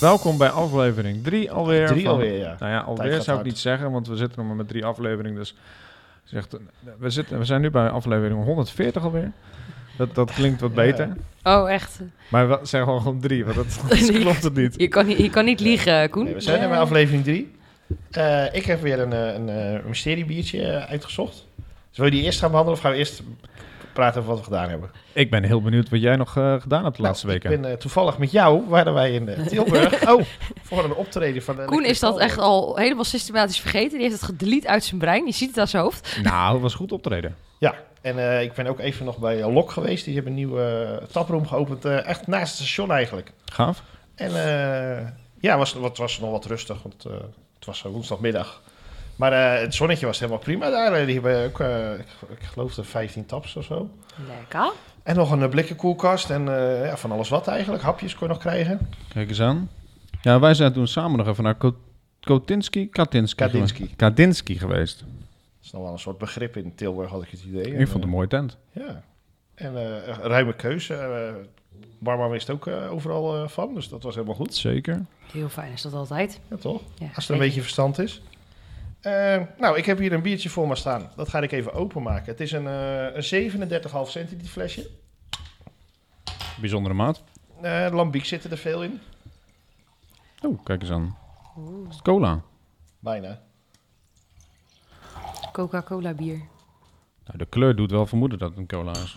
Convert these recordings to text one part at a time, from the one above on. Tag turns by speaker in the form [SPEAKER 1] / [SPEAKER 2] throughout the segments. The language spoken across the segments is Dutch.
[SPEAKER 1] Welkom bij aflevering 3 alweer.
[SPEAKER 2] Drie
[SPEAKER 1] van-
[SPEAKER 2] alweer, ja.
[SPEAKER 1] Nou ja, alweer zou
[SPEAKER 2] gaat
[SPEAKER 1] ik
[SPEAKER 2] hard.
[SPEAKER 1] niet zeggen, want we zitten nog maar met drie afleveringen. Dus zegt, we, zitten, we zijn nu bij aflevering 140 alweer. Dat, dat klinkt wat
[SPEAKER 2] Ja.
[SPEAKER 1] beter.
[SPEAKER 3] Oh, echt.
[SPEAKER 1] Maar we zeggen gewoon gewoon drie, want dat anders
[SPEAKER 3] Nee.
[SPEAKER 1] klopt het niet.
[SPEAKER 3] Je kan niet, je kan niet liegen, Koen.
[SPEAKER 2] Nee, we zijn er bij aflevering 3. ik heb weer een, eh, een eh, mysteriebiertje eh, uitgezocht. Dus wil je die eerst gaan behandelen of gaan we eerst praten over wat we gedaan hebben?
[SPEAKER 1] Ik ben heel benieuwd wat jij nog eh, gedaan hebt de laatste
[SPEAKER 2] Nou,
[SPEAKER 1] weken.
[SPEAKER 2] Ik ben eh, toevallig met jou, waren wij in eh, Tilburg. oh, voor een optreden van... eh,
[SPEAKER 3] Koen is dat
[SPEAKER 2] Kristal.
[SPEAKER 3] echt al helemaal systematisch vergeten. Die heeft het gedelete uit zijn brein. Je ziet het aan zijn hoofd.
[SPEAKER 1] Nou, het was goed optreden.
[SPEAKER 2] Ja, en eh, ik ben ook even nog bij eh, Lok geweest. Die hebben een nieuwe eh, taproom geopend, eh, echt naast het station eigenlijk.
[SPEAKER 1] Gaaf.
[SPEAKER 2] En eh, ja, was, wat, was nog wat rustig, want eh, het was zo woensdagmiddag. Maar eh, het zonnetje was helemaal prima daar. Eh, Die hebben ook, eh, ik, ik geloof, de 15 taps of zo.
[SPEAKER 3] Lekker.
[SPEAKER 2] En nog een eh, blikken koelkast en eh, ja, van alles wat eigenlijk. Hapjes kon je nog krijgen.
[SPEAKER 1] Kijk eens aan. Ja, wij zijn toen samen nog even naar Ko- Kotinski, Katinski,
[SPEAKER 2] Katinski.
[SPEAKER 1] geweest. Katinski geweest.
[SPEAKER 2] Dat is nog wel een soort begrip in Tilburg, had ik het idee. En,
[SPEAKER 1] Ik vond het een mooie tent.
[SPEAKER 2] eh, Ja. En eh, een ruime keuze. eh Barma wist ook eh, overal eh, van, dus dat was helemaal goed.
[SPEAKER 1] Zeker.
[SPEAKER 3] Heel fijn is dat altijd.
[SPEAKER 2] Ja, toch?
[SPEAKER 3] Ja,
[SPEAKER 2] Als er een beetje verstand is. Eh, nou, ik heb hier een biertje voor me staan. Dat ga ik even openmaken. Het is een, eh, een 37,5 centiliter flesje.
[SPEAKER 1] Bijzondere maat.
[SPEAKER 2] Eh lambiek zitten er veel in.
[SPEAKER 1] Oh, kijk eens aan. Is het cola?
[SPEAKER 2] Bijna.
[SPEAKER 3] Coca-Cola bier.
[SPEAKER 1] Nou, de kleur doet wel vermoeden dat het een cola is.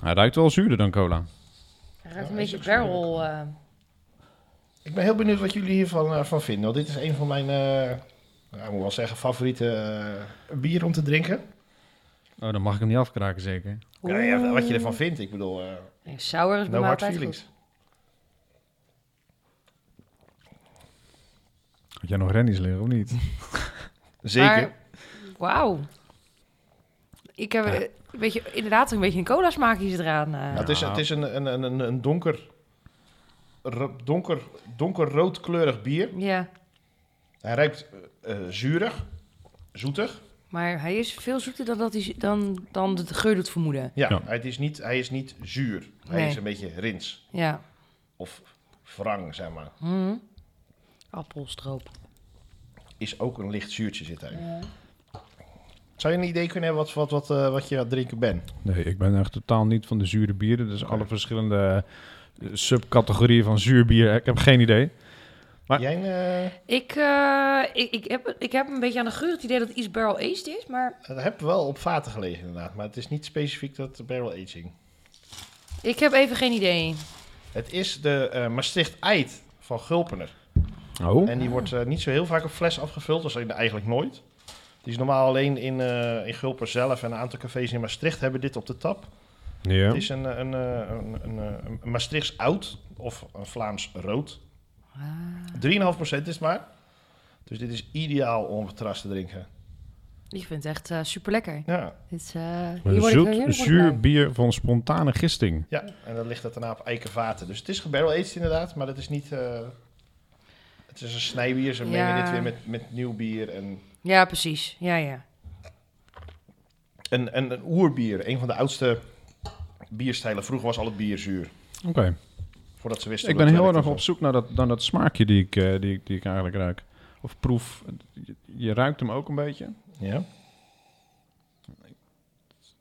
[SPEAKER 1] Hij ruikt wel zuurder dan cola.
[SPEAKER 3] Hij
[SPEAKER 2] ruikt een Ja, is beetje ook zo barrel, eh, Ik ben heel benieuwd wat jullie hiervan eh, van vinden. Want dit is een van mijn, eh, nou, ik moet wel zeggen, favoriete eh, bier om te drinken.
[SPEAKER 1] Oh, dan mag ik hem niet afkraken, zeker.
[SPEAKER 2] Ja, ja, wat je ervan vindt. Ik bedoel, eh,
[SPEAKER 3] Nee, sour is bij
[SPEAKER 2] no
[SPEAKER 3] mij
[SPEAKER 2] hard
[SPEAKER 3] altijd
[SPEAKER 2] feelings.
[SPEAKER 1] Had jij nog rennies liggen, of niet?
[SPEAKER 3] goed. Maar, wauw. Ik heb eh, een beetje, inderdaad een beetje een cola smaakje zit eraan. eh.
[SPEAKER 2] Nou, het is,
[SPEAKER 1] Ja.
[SPEAKER 2] het is een, een, een, een- een donker, ro- donker, donkerroodkleurig bier.
[SPEAKER 3] Ja,
[SPEAKER 2] Hij ruikt eh, eh, zuurig, zoetig.
[SPEAKER 3] maar hij is veel zoeter dan, dat hij, dan, dan de geur doet vermoeden.
[SPEAKER 2] Ja,
[SPEAKER 1] Ja.
[SPEAKER 2] Het is niet, hij is niet zuur. Hij
[SPEAKER 3] Nee.
[SPEAKER 2] is een beetje rins
[SPEAKER 3] Ja.
[SPEAKER 2] of wrang, zeg maar.
[SPEAKER 3] Mhm. Appelstroop.
[SPEAKER 2] Is ook een licht zuurtje zit erin. Zou je een idee kunnen hebben wat, wat, wat, eh, wat je aan het drinken bent?
[SPEAKER 1] Nee, ik ben echt totaal niet van de zure bieren. Dus alle verschillende eh, subcategorieën van zuur bier, ik heb geen idee. Maar-
[SPEAKER 2] Jij, eh,
[SPEAKER 3] Ik, eh, ik, ik, heb, ik heb een beetje aan de geur het idee dat het iets barrel aged is, maar
[SPEAKER 2] dat heb wel op vaten gelegen inderdaad, maar het is niet specifiek dat barrel aging.
[SPEAKER 3] ik heb even geen idee.
[SPEAKER 2] Het is de eh, Maastricht Eid van Gulpener.
[SPEAKER 1] Oh,
[SPEAKER 2] En die wordt eh, niet zo heel vaak op fles afgevuld, dus eigenlijk nooit. Die is normaal alleen in, eh in Gulpen zelf en een aantal cafés in Maastricht hebben dit op de tap.
[SPEAKER 1] ja.
[SPEAKER 2] Het is een, eh, een, eh, een, een, eh, een Maastrichts oud of een Vlaams rood.
[SPEAKER 3] Ah.
[SPEAKER 2] 3,5% is het maar. Dus dit is ideaal om op het terras te drinken.
[SPEAKER 3] Ik vind het echt super lekker.
[SPEAKER 2] Ja,
[SPEAKER 3] Dit is, eh, hier word ik- hier word
[SPEAKER 1] Zoet
[SPEAKER 3] ik
[SPEAKER 1] zuur
[SPEAKER 3] blij.
[SPEAKER 1] bier van spontane gisting.
[SPEAKER 2] ja. en dan ligt het daarna op eikenvaten. Dus het is gebarrel aged inderdaad, maar dat is niet... eh, het is een snijbier, ze mengen
[SPEAKER 3] Ja.
[SPEAKER 2] dit weer met, met nieuw bier. En
[SPEAKER 3] Ja, precies. Ja, ja.
[SPEAKER 2] een, een, een oerbier, een van de oudste bierstijlen. Vroeger was al het bier zuur,
[SPEAKER 1] Oké.
[SPEAKER 2] voordat ze wisten
[SPEAKER 1] Ik
[SPEAKER 2] hoe
[SPEAKER 1] ben
[SPEAKER 2] dat
[SPEAKER 1] heel erg
[SPEAKER 2] werkte.
[SPEAKER 1] op zoek naar dat, naar dat smaakje die ik, eh, die, ik- die ik eigenlijk ruik. Of proef. Je, je ruikt hem ook een beetje.
[SPEAKER 2] Ja.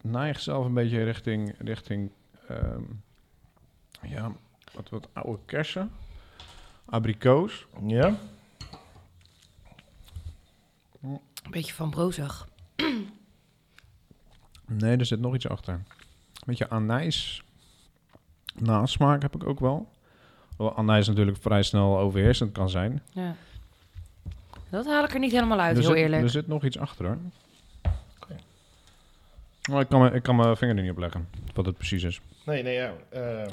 [SPEAKER 1] Neig zelf een beetje richting, richting ehm, ja, wat, wat oude kersen. Abrikoos.
[SPEAKER 2] ja,
[SPEAKER 3] Een beetje van brozig.
[SPEAKER 1] Nee, er zit nog iets achter. Een beetje anijs. Nasmaak heb ik ook wel. Hoewel Anijs natuurlijk vrij snel overheersend kan zijn.
[SPEAKER 3] Ja. Dat haal ik er niet helemaal uit,
[SPEAKER 1] er,
[SPEAKER 3] heel
[SPEAKER 1] zit,
[SPEAKER 3] eerlijk.
[SPEAKER 1] er zit nog iets achter hoor.
[SPEAKER 2] Oké.
[SPEAKER 1] Maar ik kan, mijn- ik kan mijn vinger er niet op leggen, wat het precies is.
[SPEAKER 2] Nee, nee, ja. eh,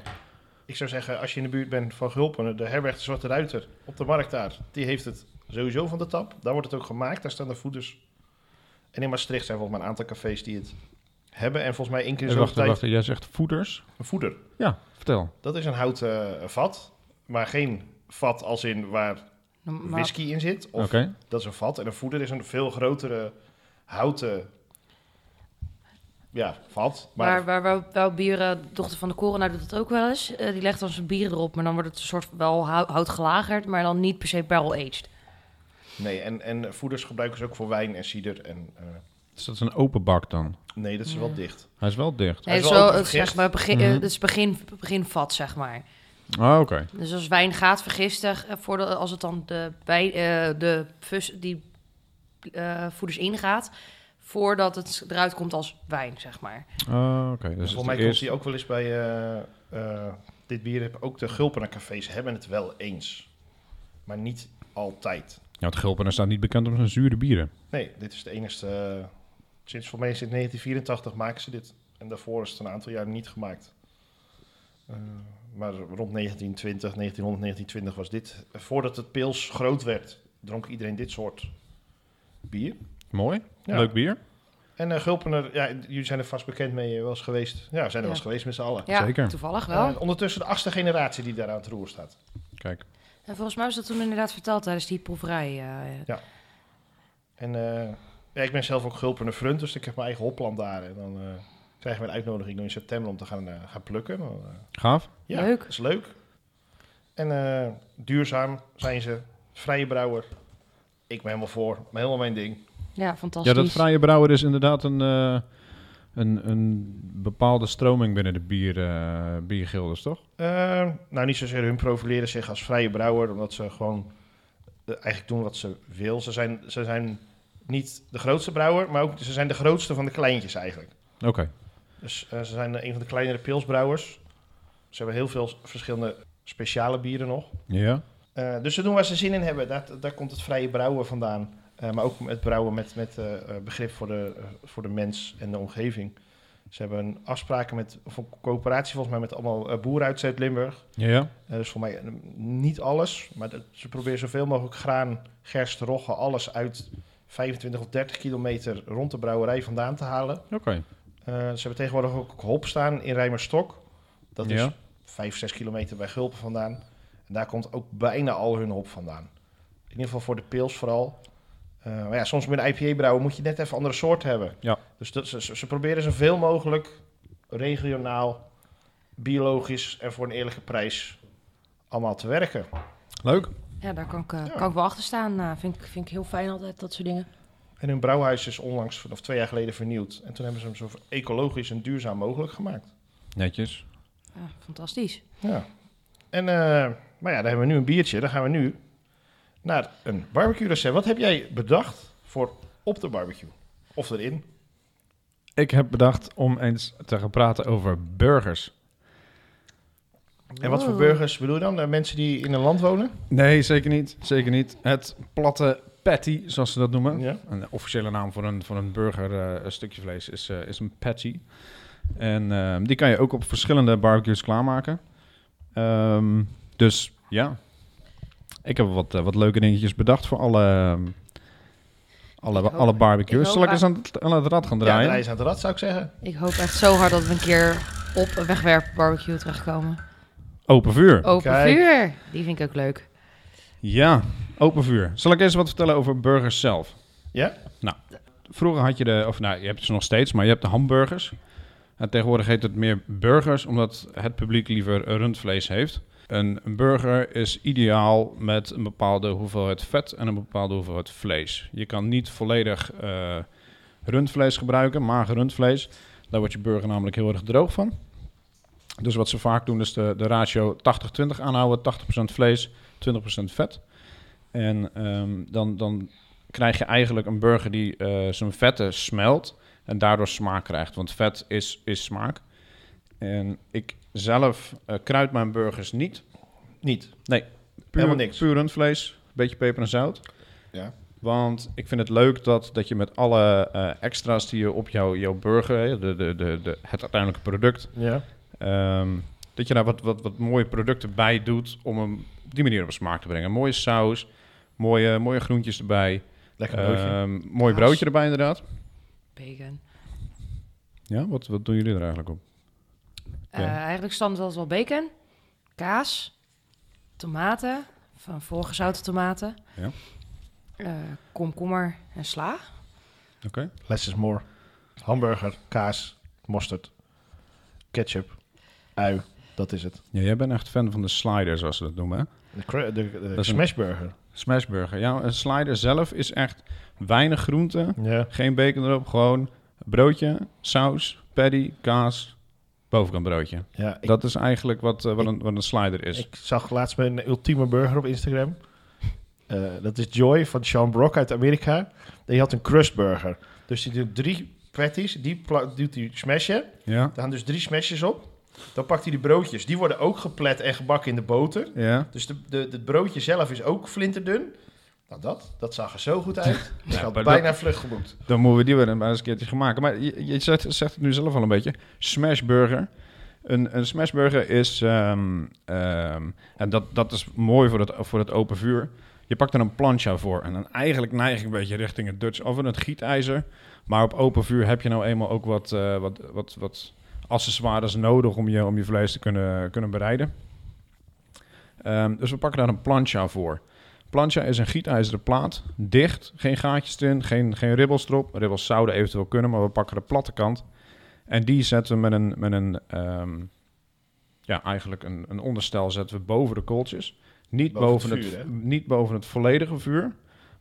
[SPEAKER 2] ik zou zeggen, als je in de buurt bent van Gulpen, de herberg de Zwarte Ruiter op de markt daar, die heeft het sowieso van de tap. Daar wordt het ook gemaakt, daar staan de voeders. En in Maastricht zijn volgens mij een aantal cafés die het hebben. En volgens mij één keer in
[SPEAKER 1] Hey,
[SPEAKER 2] zo'n
[SPEAKER 1] wacht,
[SPEAKER 2] tijd
[SPEAKER 1] Eh, wacht, jij zegt voeders.
[SPEAKER 2] een voeder.
[SPEAKER 1] Ja, vertel.
[SPEAKER 2] Dat is een houten eh, vat, maar geen vat als in waar
[SPEAKER 3] Maar-
[SPEAKER 2] whisky in zit.
[SPEAKER 1] Oké.
[SPEAKER 2] Of dat is een vat. En een voeder is een veel grotere houten Ja, valt. Maar,
[SPEAKER 3] Maar waar, waar, waar bieren, dochter van de Corona doet dat ook wel eens. eh, die legt dan zijn bier erop, maar dan wordt het een soort wel hout, hout gelagerd, maar dan niet per se barrel-aged.
[SPEAKER 2] nee, en, en voeders gebruiken ze ook voor wijn en cider. En, eh,
[SPEAKER 1] Dus dat is een open bak dan.
[SPEAKER 2] nee, dat is wel dicht.
[SPEAKER 1] Hij is wel dicht.
[SPEAKER 2] Hij
[SPEAKER 3] Nee,
[SPEAKER 2] is
[SPEAKER 3] het is
[SPEAKER 2] wel
[SPEAKER 3] wel,
[SPEAKER 2] open
[SPEAKER 3] het, zeg
[SPEAKER 2] vergist.
[SPEAKER 3] maar, begin, eh,
[SPEAKER 1] Mhm.
[SPEAKER 3] het is begin, beginvat, zeg maar.
[SPEAKER 1] Ah, oké.
[SPEAKER 3] Dus als wijn gaat vergiftig, eh, voor de, als het dan de, bij, eh, de fus, die eh, voeders ingaat, voordat het eruit komt als wijn, zeg maar.
[SPEAKER 1] Ah, oké. Dus
[SPEAKER 2] Volgens
[SPEAKER 1] het
[SPEAKER 2] mij komt
[SPEAKER 1] eerst...
[SPEAKER 2] die ook wel eens bij eh, eh, dit bier. heb- Ook de Gulpenencafés hebben het wel eens. Maar niet altijd.
[SPEAKER 1] Ja, het Gulpener staat niet bekend om zijn zure bieren.
[SPEAKER 2] Nee, dit is de enigste. eh, sinds voor mij sinds 1984 maken ze dit. En daarvoor is het een aantal jaar niet gemaakt. Eh, maar rond 1920, 1900, 1920 was dit. eh, Voordat het pils groot werd, dronk iedereen dit soort bier.
[SPEAKER 1] Mooi.
[SPEAKER 2] Ja.
[SPEAKER 1] Leuk bier.
[SPEAKER 2] En eh Gulpener, ja, jullie zijn er vast bekend mee eh, wel eens geweest. Ja, zijn er wel eens
[SPEAKER 3] Ja.
[SPEAKER 2] geweest met z'n allen.
[SPEAKER 3] Ja,
[SPEAKER 1] Zeker.
[SPEAKER 3] toevallig wel.
[SPEAKER 2] Eh, ondertussen de achtste generatie die daar aan het roer staat.
[SPEAKER 1] Kijk.
[SPEAKER 3] En volgens mij is dat toen inderdaad verteld tijdens die proeverij. eh,
[SPEAKER 2] En eh, ja, ik ben zelf ook gulpende frunt, dus ik heb mijn eigen hopland daar. En dan eh, krijgen we een uitnodiging in september om te gaan, eh, gaan plukken. Dan, eh,
[SPEAKER 1] Gaaf.
[SPEAKER 2] ja,
[SPEAKER 3] Leuk.
[SPEAKER 2] Dat is leuk. En eh, duurzaam zijn ze. Vrije brouwer. Ik ben helemaal voor. Maar helemaal mijn ding.
[SPEAKER 3] ja,
[SPEAKER 1] Ja,
[SPEAKER 3] fantastisch.
[SPEAKER 1] dat vrije brouwer is inderdaad een, eh, een, een bepaalde stroming binnen de bier, eh, biergilders, toch?
[SPEAKER 2] Eh, nou, niet zozeer hun profileren zich als vrije brouwer, omdat ze gewoon eh, eigenlijk doen wat ze wil. Ze zijn, ze zijn niet de grootste brouwer, maar ook ze zijn de grootste van de kleintjes eigenlijk.
[SPEAKER 1] Oké.
[SPEAKER 2] Dus eh, ze zijn eh, een van de kleinere pilsbrouwers. Ze hebben heel veel s- verschillende speciale bieren nog.
[SPEAKER 1] Ja.
[SPEAKER 2] Eh, dus ze doen waar ze zin in hebben. Daar, daar komt het vrije brouwen vandaan. Eh, maar ook het brouwen met, met eh, eh, begrip voor de, eh, voor de mens en de omgeving. Ze hebben een afspraken met, of een coöperatie volgens mij met allemaal eh, boeren uit Zuid-Limburg.
[SPEAKER 1] Ja.
[SPEAKER 2] Eh, dus voor mij eh, niet alles, maar dat- ze proberen zoveel mogelijk graan, gerst, roggen, alles uit 25 of 30 kilometer rond de brouwerij vandaan te halen.
[SPEAKER 1] Oké.
[SPEAKER 2] Eh, ze hebben tegenwoordig ook hop staan in Rijmerstok. Dat is
[SPEAKER 1] Ja.
[SPEAKER 2] 5, 6 kilometer bij Gulpen vandaan. En daar komt ook bijna al hun hop vandaan. In ieder geval voor de pils vooral. Eh, maar ja, soms met een IPA-brouwer moet je net even andere soort hebben.
[SPEAKER 1] Ja.
[SPEAKER 2] Dus dat, ze, ze ze proberen zoveel mogelijk regionaal, biologisch en voor een eerlijke prijs allemaal te werken.
[SPEAKER 1] Leuk.
[SPEAKER 3] Ja, daar kan ik, eh,
[SPEAKER 2] Ja.
[SPEAKER 3] kan ik wel achter staan. Eh, vind, ik, vind ik heel fijn altijd, dat soort dingen.
[SPEAKER 2] En hun brouwhuis is onlangs, of twee jaar geleden, vernieuwd. En toen hebben ze hem zo ecologisch en duurzaam mogelijk gemaakt.
[SPEAKER 1] Netjes.
[SPEAKER 3] Ja, fantastisch.
[SPEAKER 2] Ja. En, eh, maar ja, dan hebben we nu een biertje. Dan gaan we nu naar een barbecue recept. Wat heb jij bedacht voor op de barbecue? Of erin?
[SPEAKER 1] Ik heb bedacht om eens te gaan praten over burgers.
[SPEAKER 2] En wat voor
[SPEAKER 3] Wow.
[SPEAKER 2] burgers bedoel je dan? Eh, mensen die in een land wonen?
[SPEAKER 1] Nee, zeker niet. Zeker niet. Het platte patty, zoals ze dat noemen.
[SPEAKER 2] Ja.
[SPEAKER 1] Een officiële naam voor een, voor een burger, eh, een stukje vlees, is, eh, is een patty. En ehm, die kan je ook op verschillende barbecues klaarmaken. Ehm, dus ja, ik heb wat, eh, wat leuke dingetjes bedacht voor alle, ehm, alle,
[SPEAKER 3] Ik hoop-
[SPEAKER 1] alle
[SPEAKER 3] ik
[SPEAKER 1] barbecues.
[SPEAKER 3] hoop
[SPEAKER 1] Zal ik
[SPEAKER 3] a-
[SPEAKER 1] eens aan het, aan het rad gaan
[SPEAKER 2] Ja, de
[SPEAKER 1] draaien?
[SPEAKER 2] reis aan het rad zou ik zeggen.
[SPEAKER 3] Ik hoop echt zo hard dat we een keer op een wegwerpbarbecue terechtkomen.
[SPEAKER 1] Open vuur.
[SPEAKER 3] Open
[SPEAKER 2] Kijk.
[SPEAKER 3] vuur. Die vind ik ook leuk.
[SPEAKER 1] Ja, open vuur. Zal ik eerst wat vertellen over burgers zelf?
[SPEAKER 2] Ja?
[SPEAKER 1] Nou, vroeger had je de, of nou, je hebt ze nog steeds, maar je hebt de hamburgers. En tegenwoordig heet het meer burgers, omdat het publiek liever rundvlees heeft. Een een burger is ideaal met een bepaalde hoeveelheid vet en een bepaalde hoeveelheid vlees. Je kan niet volledig eh, rundvlees gebruiken, mager rundvlees. Daar wordt je burger namelijk heel erg droog van. Dus wat ze vaak doen is de, de ratio 80-20 aanhouden, 80% vlees, 20% vet. En ehm, dan, dan krijg je eigenlijk een burger die eh, zijn vetten smelt en daardoor smaak krijgt. Want vet is, is smaak. En ik zelf eh, kruid mijn burgers niet.
[SPEAKER 2] Niet.
[SPEAKER 1] Puur,
[SPEAKER 2] Helemaal niks.
[SPEAKER 1] Puur rundvlees, beetje peper en zout.
[SPEAKER 2] Ja.
[SPEAKER 1] Want ik vind het leuk dat, dat je met alle eh, extra's die je op jouw, jouw burger, hè, de, de, de, de, het uiteindelijke product,
[SPEAKER 2] Ja.
[SPEAKER 1] Ehm, dat je daar wat, wat, wat mooie producten bij doet om hem op die manier op smaak te brengen. Mooie saus, mooie, mooie groentjes erbij.
[SPEAKER 2] Lekker broodje.
[SPEAKER 1] Ehm, mooi
[SPEAKER 3] Kaas.
[SPEAKER 1] broodje erbij inderdaad.
[SPEAKER 3] Bacon.
[SPEAKER 1] Ja, wat, wat doen jullie er eigenlijk op?
[SPEAKER 3] Eh, eigenlijk standaard altijd wel bacon, kaas, tomaten, van voorgezouten tomaten,
[SPEAKER 1] Ja.
[SPEAKER 3] eh, komkommer en sla.
[SPEAKER 1] Oké.
[SPEAKER 2] Less is more. Hamburger, kaas, mosterd, ketchup, ui. Dat is het.
[SPEAKER 1] Ja, jij bent echt fan van de slider, zoals ze dat noemen. Hè?
[SPEAKER 2] De, cra- de, de
[SPEAKER 1] is een-
[SPEAKER 2] smashburger.
[SPEAKER 1] Smashburger. Ja, een slider zelf is echt weinig groente,
[SPEAKER 2] Ja.
[SPEAKER 1] geen bacon erop, gewoon broodje, saus, patty, kaas, bovenkant broodje.
[SPEAKER 2] ja ik,
[SPEAKER 1] dat is eigenlijk wat, eh, wat, een, wat een slider is.
[SPEAKER 2] ik zag laatst mijn ultieme burger op Instagram. Eh, dat is Joy van Sean Brock uit Amerika. En die had een crustburger. Dus die doet drie patties. Die pla- doet die smashen.
[SPEAKER 1] ja?
[SPEAKER 2] Daar gaan dus drie smashes op. Dan pakt hij die broodjes. Die worden ook geplet en gebakken in de boter.
[SPEAKER 1] Ja?
[SPEAKER 2] Dus de, de, het broodje zelf is ook flinterdun. Nou, dat, dat zag er zo goed uit. Ik had
[SPEAKER 1] maar
[SPEAKER 2] bijna vlug geboekt.
[SPEAKER 1] Dan moeten we die weer maar eens een keertje gaan maken. Maar je, je zegt, zegt het nu zelf al een beetje. Smashburger. Een, een smashburger is... ehm, ehm, en dat, dat is mooi voor het, voor het open vuur. Je pakt er een plancha voor. En dan eigenlijk neig ik een beetje richting het Dutch oven, het gietijzer. Maar op open vuur heb je nou eenmaal ook wat, eh, wat, wat, wat accessoires nodig... om je, om je vlees te kunnen, kunnen bereiden. Ehm, dus we pakken daar een plancha voor. Plancha is een gietijzeren plaat, dicht, geen gaatjes erin, geen, geen ribbels erop. Ribbels zouden eventueel kunnen, maar we pakken de platte kant. En die zetten we met een, met een ehm, ja, eigenlijk een, een onderstel zetten we boven de kooltjes. Niet boven,
[SPEAKER 2] Boven het
[SPEAKER 1] het,
[SPEAKER 2] vuur, hè?
[SPEAKER 1] niet boven het volledige vuur.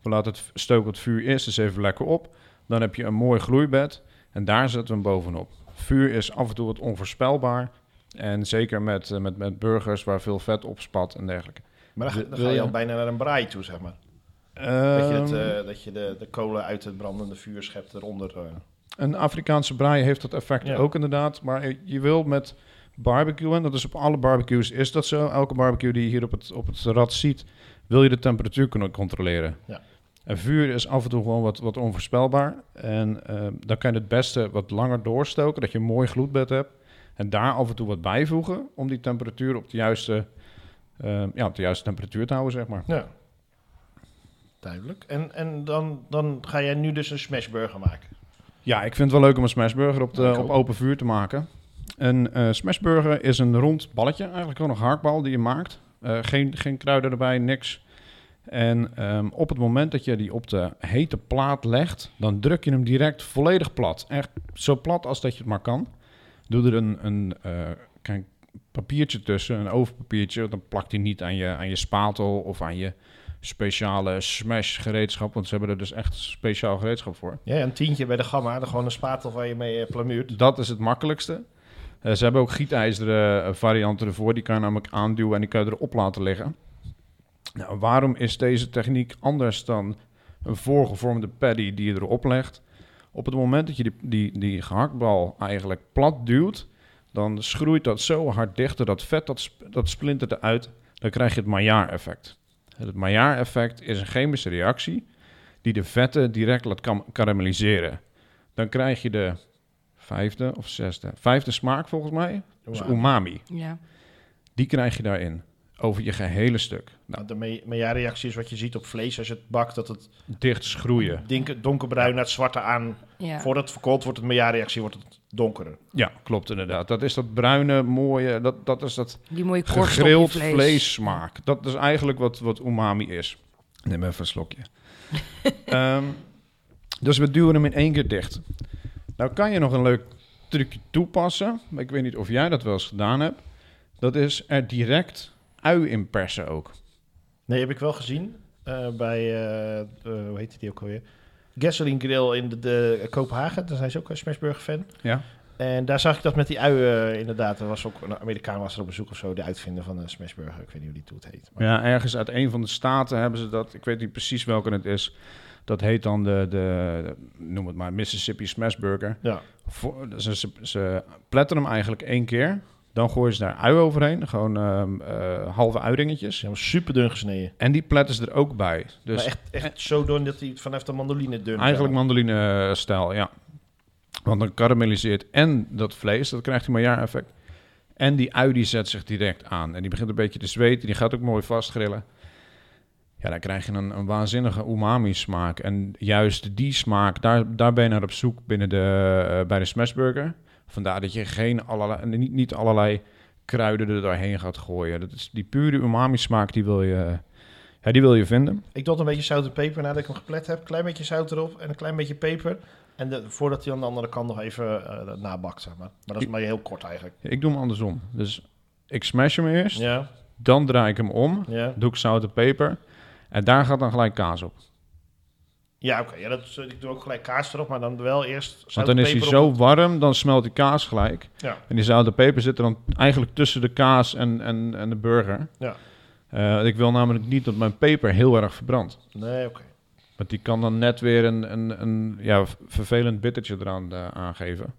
[SPEAKER 1] We laten het v- stoken het vuur eerst eens even lekker op. Dan heb je een mooi gloeibed en daar zetten we hem bovenop. Vuur is af en toe wat onvoorspelbaar. En zeker met, eh, met, met burgers waar veel vet op spat en dergelijke.
[SPEAKER 2] Maar dan,
[SPEAKER 1] Wil-
[SPEAKER 2] ga- dan
[SPEAKER 1] wil
[SPEAKER 2] ga je
[SPEAKER 1] je- Ehm,
[SPEAKER 2] al bijna naar een braai toe, zeg maar. dat je, het, eh, dat je de, de kolen uit het brandende vuur schept eronder. eh.
[SPEAKER 1] Een Afrikaanse braai heeft dat effect
[SPEAKER 2] Ja.
[SPEAKER 1] ook inderdaad. Maar je wil met barbecuen, dat is op alle barbecues is dat zo. Elke barbecue die je hier op het, op het rad ziet, wil je de temperatuur kunnen controleren.
[SPEAKER 2] Ja.
[SPEAKER 1] En vuur is af en toe gewoon wat, wat onvoorspelbaar. En eh, dan kan je het beste wat langer doorstoken, dat je een mooi gloedbed hebt. En daar af en toe wat bijvoegen om die temperatuur op de juiste, eh, ja, op de juiste temperatuur te houden, zeg maar.
[SPEAKER 2] Ja. Duidelijk. En, en dan, dan ga jij nu dus een smashburger maken.
[SPEAKER 1] Ja, ik vind het wel leuk om een smashburger op, de,
[SPEAKER 2] Ja, ik
[SPEAKER 1] op
[SPEAKER 2] ook.
[SPEAKER 1] open vuur te maken. Een eh, smashburger is een rond balletje, eigenlijk gewoon een haakbal die je maakt. Eh, geen, geen kruiden erbij, niks. En ehm, op het moment dat je die op de hete plaat legt, dan druk je hem direct volledig plat. Echt zo plat als dat je het maar kan. Doe er een, een eh, klein papiertje tussen, een overpapiertje. want Dan plakt hij niet aan je, aan je spatel of aan je speciale smash gereedschap. Want ze hebben er dus echt speciaal gereedschap voor.
[SPEAKER 2] Ja, een tientje bij de gamma. Dan gewoon een spatel waar je mee eh, plamuurt.
[SPEAKER 1] Dat is het makkelijkste. Eh, ze hebben ook gietijzeren eh, varianten ervoor. Die kan je namelijk aanduwen en die kan je erop laten liggen. Nou, waarom is deze techniek anders dan een voorgevormde paddy die je erop legt? Op het moment dat je die, die, die gehaktbal eigenlijk plat duwt, dan schroeit dat zo hard dichter, dat vet dat, sp- dat splintert eruit. Dan krijg je het Maillard-effect. Het Maillard-effect is een chemische reactie die de vetten direct laat kam- karamelliseren. Dan krijg je de vijfde of zesde, vijfde smaak volgens mij, is
[SPEAKER 2] Wauw.
[SPEAKER 1] umami.
[SPEAKER 3] Ja.
[SPEAKER 1] Die krijg je daarin, over je gehele stuk. Nou,
[SPEAKER 2] Nou, de me- Maillard-reactie is wat je ziet op vlees als je het bakt. Dat het
[SPEAKER 1] dicht schroeien.
[SPEAKER 2] dinke- donkerbruin naar het zwarte aan.
[SPEAKER 3] ja.
[SPEAKER 2] Voordat het verkoold wordt, het Maillard-reactie wordt het donkerder.
[SPEAKER 1] Ja, klopt inderdaad. Dat is dat bruine, mooie, dat, dat is dat
[SPEAKER 3] Die mooie korst op je
[SPEAKER 1] gegrild
[SPEAKER 3] vlees.
[SPEAKER 1] vleessmaak. Dat is eigenlijk wat, wat umami is. Neem even een slokje. Ehm, dus we duwen hem in één keer dicht. Nou kan je nog een leuk trucje toepassen. Maar ik weet niet of jij dat wel eens gedaan hebt. Dat is er direct ui in persen ook.
[SPEAKER 2] Nee, heb ik wel gezien eh, bij, eh, eh, hoe heet die ook alweer? Gasoline Grill in de, de Kopenhagen. Daar zijn ze ook een Smashburger fan.
[SPEAKER 1] Ja.
[SPEAKER 2] En daar zag ik dat met die uien inderdaad. Er was ook een Amerikaan was er op bezoek of zo, de uitvinder van de Smashburger. Ik weet niet hoe die toet heet. Maar
[SPEAKER 1] Ja, ergens uit een van de staten hebben ze dat. Ik weet niet precies welke het is. Dat heet dan de, de noem het maar, Mississippi Smashburger.
[SPEAKER 2] ja.
[SPEAKER 1] Voor, ze, ze, ze pletten hem eigenlijk één keer. Dan gooien ze daar ui overheen. Gewoon ehm, eh, halve
[SPEAKER 2] Ze
[SPEAKER 1] uidingetjes.
[SPEAKER 2] hebben super dun gesneden.
[SPEAKER 1] En die pletten ze er ook bij. Dus
[SPEAKER 2] maar echt, echt zo dun dat hij vanaf de mandoline dun
[SPEAKER 1] eigenlijk
[SPEAKER 2] zijn.
[SPEAKER 1] mandoline-stijl, ja. Want dan karamelliseert en dat vlees, dat krijgt hij maar effect En die ui die zet zich direct aan. En die begint een beetje te zweten. Die gaat ook mooi vastgrillen. Ja, dan krijg je een, een waanzinnige umami-smaak. En juist die smaak, daar, daar ben je naar op zoek binnen de, eh, bij de smashburger. Vandaar dat je geen allerlei, niet, niet allerlei kruiden er doorheen gaat gooien. Dat is die pure umami-smaak, die wil je, Ja, die wil je vinden.
[SPEAKER 2] Ik doe altijd een beetje zout en peper nadat ik hem geplet heb. Klein beetje zout erop en een klein beetje peper. En de- voordat hij aan de andere kant nog even eh nabakt, zeg maar. Maar dat is maar heel kort eigenlijk.
[SPEAKER 1] Ik doe hem andersom. Dus ik smash hem eerst,
[SPEAKER 2] Ja,
[SPEAKER 1] dan draai ik hem om,
[SPEAKER 2] ja.
[SPEAKER 1] doe ik zout en peper. En daar gaat dan gelijk kaas op.
[SPEAKER 2] Ja, oké. ja, dat is- eh, ik doe ook gelijk kaas erop, maar dan wel eerst zout
[SPEAKER 1] Want dan
[SPEAKER 2] en
[SPEAKER 1] is hij
[SPEAKER 2] peper op.
[SPEAKER 1] zo warm, dan smelt die kaas gelijk.
[SPEAKER 2] Ja.
[SPEAKER 1] En die zout en peper zit er dan eigenlijk tussen de kaas en, en, en de burger.
[SPEAKER 2] Ja.
[SPEAKER 1] Eh, ik wil namelijk niet dat mijn peper heel erg verbrandt.
[SPEAKER 2] Nee, oké.
[SPEAKER 1] Want die kan dan net weer een, een, een ja, v- vervelend bittertje eraan eh, aangeven.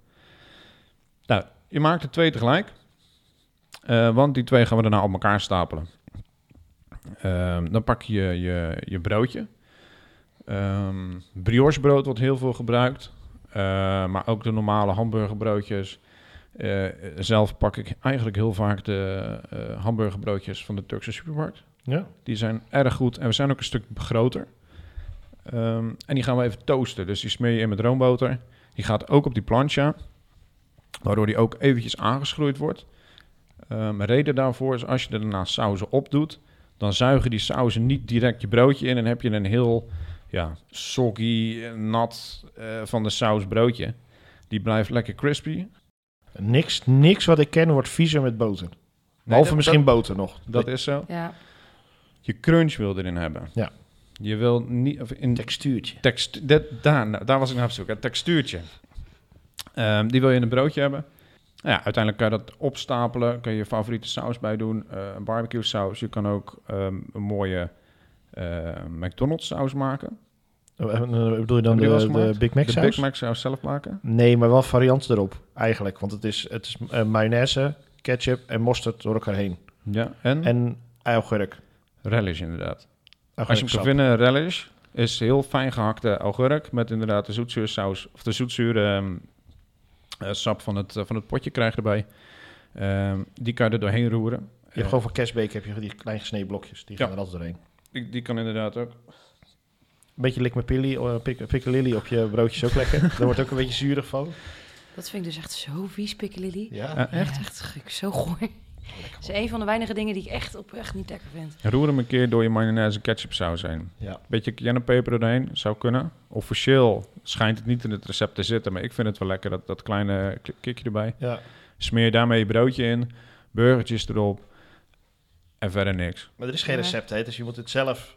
[SPEAKER 1] Nou, je maakt er twee tegelijk. Eh, want die twee gaan we daarna op elkaar stapelen. Ehm, dan pak je je, je broodje. Ehm briochebrood wordt heel veel gebruikt. Eh, maar ook de normale hamburgerbroodjes. Eh, zelf pak ik eigenlijk heel vaak de eh, hamburgerbroodjes van de Turkse supermarkt.
[SPEAKER 2] Ja.
[SPEAKER 1] Die zijn erg goed en we zijn ook een stuk groter. Ehm, en die gaan we even toasten. Dus die smeer je in met roomboter. Die gaat ook op die plancha, waardoor die ook eventjes aangeschroeid wordt. Ehm reden daarvoor is als je er daarna sauzen op doet, dan zuigen die sauzen niet direct je broodje in en heb je een heel ja, soggy, eh, nat eh, van de saus broodje. Die blijft lekker crispy.
[SPEAKER 2] Niks, niks wat ik ken wordt viezer met boter. Behalve
[SPEAKER 1] dat-
[SPEAKER 2] misschien boter nog.
[SPEAKER 1] Dat is zo.
[SPEAKER 3] Ja.
[SPEAKER 1] Je crunch wil erin hebben.
[SPEAKER 2] Ja.
[SPEAKER 1] Je wil niet of in
[SPEAKER 2] textuurtje.
[SPEAKER 1] Text, dat, daar, nou, daar was ik naar op zoek. Het textuurtje. Ehm, die wil je in een broodje hebben. Nou ja, uiteindelijk kan je dat opstapelen. Kun je je favoriete saus bij doen. eh, een barbecue saus. Je kan ook ehm, een mooie eh, McDonald's saus maken.
[SPEAKER 2] Oh, eh, bedoel
[SPEAKER 1] Heb je
[SPEAKER 2] je dan de,
[SPEAKER 1] die wel eens
[SPEAKER 2] de
[SPEAKER 1] gemaakt?
[SPEAKER 2] Big Mac
[SPEAKER 1] de
[SPEAKER 2] saus?
[SPEAKER 1] Big Mac saus zelf maken.
[SPEAKER 2] Nee, maar wel variant erop eigenlijk. Want het is, het is eh, mayonaise, ketchup en mosterd door elkaar heen.
[SPEAKER 1] Ja, en,
[SPEAKER 2] En augurk.
[SPEAKER 1] relish inderdaad. Hm. Als je hem kan
[SPEAKER 2] Augurksap.
[SPEAKER 1] vinden, relish is heel fijn gehakte augurk met inderdaad de zoetzuur saus of de zoetzure ehm, eh, sap van het, eh, van het potje krijg je erbij. Ehm, die kan je er doorheen roeren.
[SPEAKER 2] Je hebt
[SPEAKER 1] Eh,
[SPEAKER 2] gewoon van Kesbeek heb je die klein gesneden blokjes. Die
[SPEAKER 1] Ja.
[SPEAKER 2] gaan er altijd doorheen.
[SPEAKER 1] die, die kan inderdaad ook.
[SPEAKER 2] Een beetje lik met pilly, eh, pik- piccalilli op je broodjes ook lekker. Daar wordt ook een beetje zuurig van.
[SPEAKER 3] Dat vind ik dus echt zo vies, piccalilli.
[SPEAKER 2] Ja.
[SPEAKER 1] Eh, echt?
[SPEAKER 3] Echt, echt g- ik zo gooi. Het is een van de weinige dingen die ik echt oprecht niet lekker vind.
[SPEAKER 1] Roer hem een keer door je mayonaise en ketchup saus heen.
[SPEAKER 2] Ja.
[SPEAKER 1] Beetje cayennepeper erheen zou kunnen. Officieel schijnt het niet in het recept te zitten, maar ik vind het wel lekker dat, dat kleine k- kikje erbij.
[SPEAKER 2] ja.
[SPEAKER 1] Smeer daarmee je broodje in, burgertjes erop en verder niks.
[SPEAKER 2] Maar er is geen
[SPEAKER 3] Ja.
[SPEAKER 2] recept, hè? dus je moet het zelf,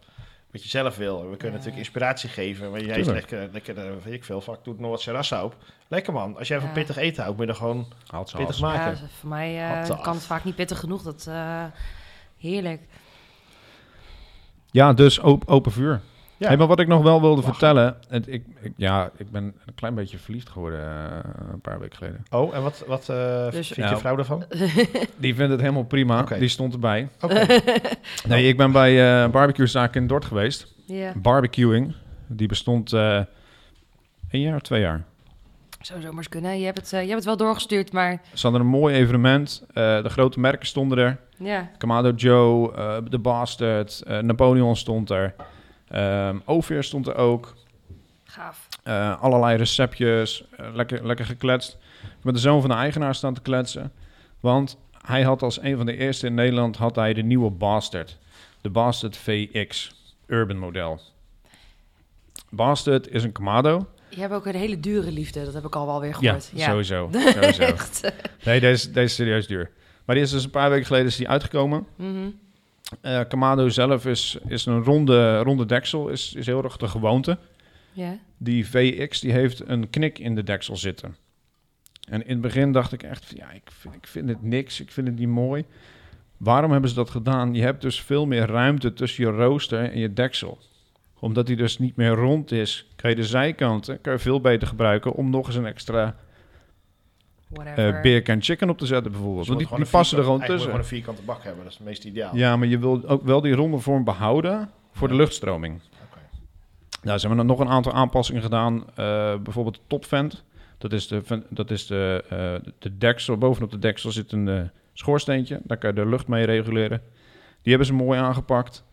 [SPEAKER 2] wat je zelf wil. We kunnen natuurlijk inspiratie geven, maar jij is
[SPEAKER 1] Tuurlijk.
[SPEAKER 2] lekker, lekker eh, weet ik veel, vaak doet nog wat serrassa op. Lekker man, als jij van
[SPEAKER 3] Ja.
[SPEAKER 2] pittig eten houdt, moet je er gewoon
[SPEAKER 1] Haalt ze
[SPEAKER 2] pittig
[SPEAKER 1] als.
[SPEAKER 3] Ja,
[SPEAKER 2] maken.
[SPEAKER 3] voor mij eh,
[SPEAKER 2] Wat af.
[SPEAKER 3] kan het vaak niet pittig genoeg. Dat, eh, heerlijk.
[SPEAKER 1] Ja, dus op, open vuur.
[SPEAKER 2] Ja.
[SPEAKER 1] Hey, maar wat ik nog wel wilde
[SPEAKER 2] Lachen.
[SPEAKER 1] vertellen. Het, ik, ik- ja, ik ben een klein beetje verliefd geworden eh, een paar weken geleden.
[SPEAKER 2] Oh, en wat, wat eh
[SPEAKER 3] Dus-
[SPEAKER 2] vindt
[SPEAKER 1] Nou.
[SPEAKER 2] je vrouw daarvan?
[SPEAKER 1] Die vindt het helemaal prima.
[SPEAKER 2] Oké. Nou.
[SPEAKER 1] Die stond erbij.
[SPEAKER 2] Oké.
[SPEAKER 1] Nee, ik ben bij eh, een barbecuezaak in Dort geweest.
[SPEAKER 3] Ja,
[SPEAKER 1] barbecuing. Die bestond eh een jaar of twee jaar.
[SPEAKER 3] zou zomaar eens kunnen. Je hebt, het, eh, je hebt het wel doorgestuurd, maar
[SPEAKER 1] Ze hadden een mooi evenement. Eh, de grote merken stonden er.
[SPEAKER 3] ja.
[SPEAKER 1] Kamado Joe, eh The Bastard, eh, Napoleon stond er. Ehm Ophir stond er ook.
[SPEAKER 3] Gaaf.
[SPEAKER 1] Eh, allerlei receptjes. eh, lekker, lekker gekletst. Ik ben de zoon van de eigenaar staan te kletsen. Want hij had als een van de eerste in Nederland had hij de nieuwe Bastard. De Bastard VX Urban model. Bastard is een Kamado.
[SPEAKER 3] Je hebt ook een hele dure liefde. Dat heb ik al wel weer gehoord.
[SPEAKER 1] Ja, sowieso. sowieso.
[SPEAKER 3] Echt.
[SPEAKER 1] Nee, deze, deze is serieus duur. Maar die is dus een paar weken geleden is die uitgekomen.
[SPEAKER 3] Mhm.
[SPEAKER 1] Eh Kamado zelf is, is een ronde, ronde deksel, is, is heel erg de gewoonte.
[SPEAKER 3] Ja.
[SPEAKER 1] Die VX die heeft een knik in de deksel zitten. En in het begin dacht ik echt, van, ja, ik vind, ik vind het niks, ik vind het niet mooi. Waarom hebben ze dat gedaan? Je hebt dus veel meer ruimte tussen je rooster en je deksel. Omdat die dus niet meer rond is, kan je de zijkanten kan je veel beter gebruiken om nog eens een extra
[SPEAKER 3] Whatever.
[SPEAKER 1] eh beer can chicken op te zetten bijvoorbeeld. Want die, die passen er gewoon tussen.
[SPEAKER 2] gewoon een vierkante bak hebben, dat is het meest ideaal.
[SPEAKER 1] Ja, maar je wil ook wel die ronde vorm behouden voor de luchtstroming.
[SPEAKER 2] Oké.
[SPEAKER 1] Nou, ze hebben nog een aantal aanpassingen gedaan. Eh, bijvoorbeeld de topvent. Dat is, de, vent- dat is de, eh, de deksel. Bovenop de deksel zit een eh, schoorsteentje. Daar kan je de lucht mee reguleren. Die hebben ze mooi aangepakt.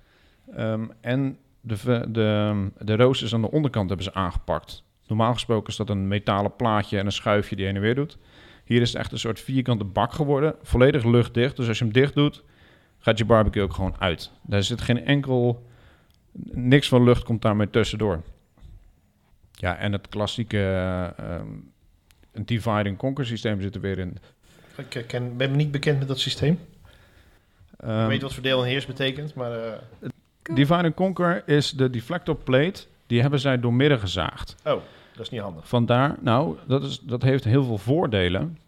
[SPEAKER 1] Ehm, en de, ve- de, ehm, de roosters aan de onderkant hebben ze aangepakt. Normaal gesproken is dat een metalen plaatje en een schuifje die heen en weer doet. Hier is het echt een soort vierkante bak geworden. Volledig luchtdicht. Dus als je hem dicht doet, gaat je barbecue ook gewoon uit. Daar zit geen enkel Niks van lucht komt daarmee tussendoor. Ja, en het klassieke eh, ehm, een divide and conquer systeem zit er weer in.
[SPEAKER 2] Ik eh, ken, ben niet bekend met dat systeem.
[SPEAKER 1] Ehm,
[SPEAKER 2] ik weet wat verdeel en heers betekent, maar eh,
[SPEAKER 1] Divide and Conquer is de deflector plate. Die hebben zij doormidden gezaagd.
[SPEAKER 2] oh, dat is niet handig.
[SPEAKER 1] Vandaar, nou, dat, is, dat heeft heel veel voordelen.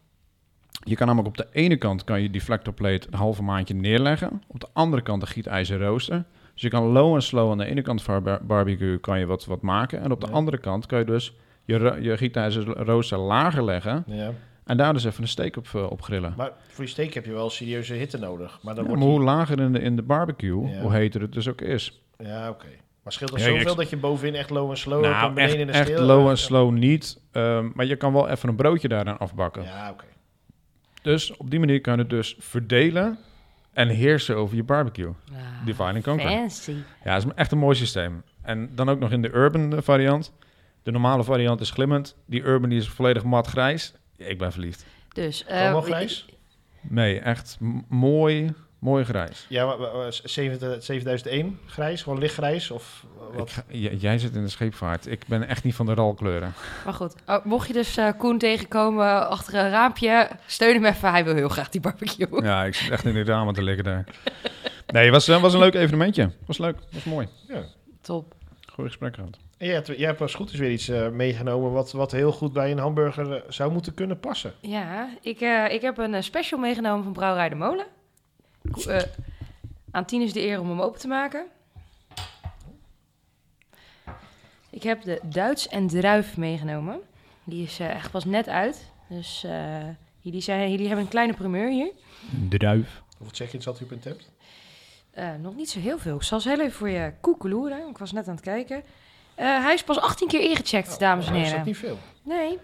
[SPEAKER 1] Je kan namelijk op de ene kant kan je deflector plate een halve maandje neerleggen. Op de andere kant een gietijzer rooster. Dus je kan low en slow aan de ene kant van bar- barbecue kan je wat, wat maken. En op de
[SPEAKER 2] Ja.
[SPEAKER 1] andere kant kan je dus je, ro- je gietijzer rooster lager leggen.
[SPEAKER 2] Ja.
[SPEAKER 1] En daar dus even een steek op, eh, op grillen.
[SPEAKER 2] Maar voor je steek heb je wel serieuze hitte nodig. Maar dan
[SPEAKER 1] Ja,
[SPEAKER 2] wordt
[SPEAKER 1] maar hoe
[SPEAKER 2] die-
[SPEAKER 1] lager in de, in de barbecue,
[SPEAKER 2] Ja.
[SPEAKER 1] hoe heter het dus ook is.
[SPEAKER 2] Ja, oké. Maar scheelt dat
[SPEAKER 1] Ja,
[SPEAKER 2] zoveel
[SPEAKER 1] ik-
[SPEAKER 2] dat je bovenin echt low en slow hebt en
[SPEAKER 1] Nou,
[SPEAKER 2] beneden
[SPEAKER 1] echt,
[SPEAKER 2] in de
[SPEAKER 1] echt
[SPEAKER 2] steel?
[SPEAKER 1] low en slow niet. ehm, maar je kan wel even een broodje daaraan afbakken.
[SPEAKER 2] Ja, oké.
[SPEAKER 1] Dus op die manier kan je het dus verdelen en heersen over je barbecue.
[SPEAKER 3] Ah,
[SPEAKER 1] Divine and Conquer.
[SPEAKER 3] fancy.
[SPEAKER 1] Ja, het is echt een mooi systeem. En dan ook nog in de urban eh, variant. De normale variant is glimmend. Die urban die is volledig mat grijs. Ik ben verliefd.
[SPEAKER 3] Dus, eh,
[SPEAKER 2] Allemaal grijs?
[SPEAKER 1] Nee, echt m- mooi, mooi grijs.
[SPEAKER 2] Ja, maar, maar, maar 70- 7001 grijs? Gewoon lichtgrijs? Of eh,
[SPEAKER 1] Ik
[SPEAKER 2] wat?
[SPEAKER 1] ga- j- jij zit in de scheepvaart. Ik ben echt niet van de ralkleuren.
[SPEAKER 3] Maar goed, oh, mocht je dus eh, Koen tegenkomen achter een raampje, steun hem even. Hij wil heel graag die barbecue.
[SPEAKER 1] Ja, ik zit echt in de ramen te liggen daar. Nee, het was, eh, was een leuk evenementje. Was leuk, was mooi.
[SPEAKER 3] Top.
[SPEAKER 1] Goed gesprek gehad.
[SPEAKER 2] En jij, hebt, jij hebt als goed is weer iets eh, meegenomen wat, wat heel goed bij een hamburger eh, zou moeten kunnen passen.
[SPEAKER 3] Ja, ik, eh, ik heb een eh, special meegenomen van Brouwerij de Molen. Ko- eh, aan Tien is de eer om hem open te maken. Ik heb de Duits en Druif meegenomen. Die is eh, echt pas net uit. Dus eh, jullie, zijn, jullie hebben een kleine primeur hier.
[SPEAKER 1] Druif.
[SPEAKER 2] Hoeveel check-ins had u op een tab?
[SPEAKER 3] Eh, nog niet zo heel veel. Ik zal eens heel even voor je koekeloeren. want Ik was net aan het kijken. Eh, hij is pas 18 keer ingecheckt, dames en
[SPEAKER 2] Oh, Is dat
[SPEAKER 3] heren.
[SPEAKER 2] Nou, niet veel?
[SPEAKER 3] Nee.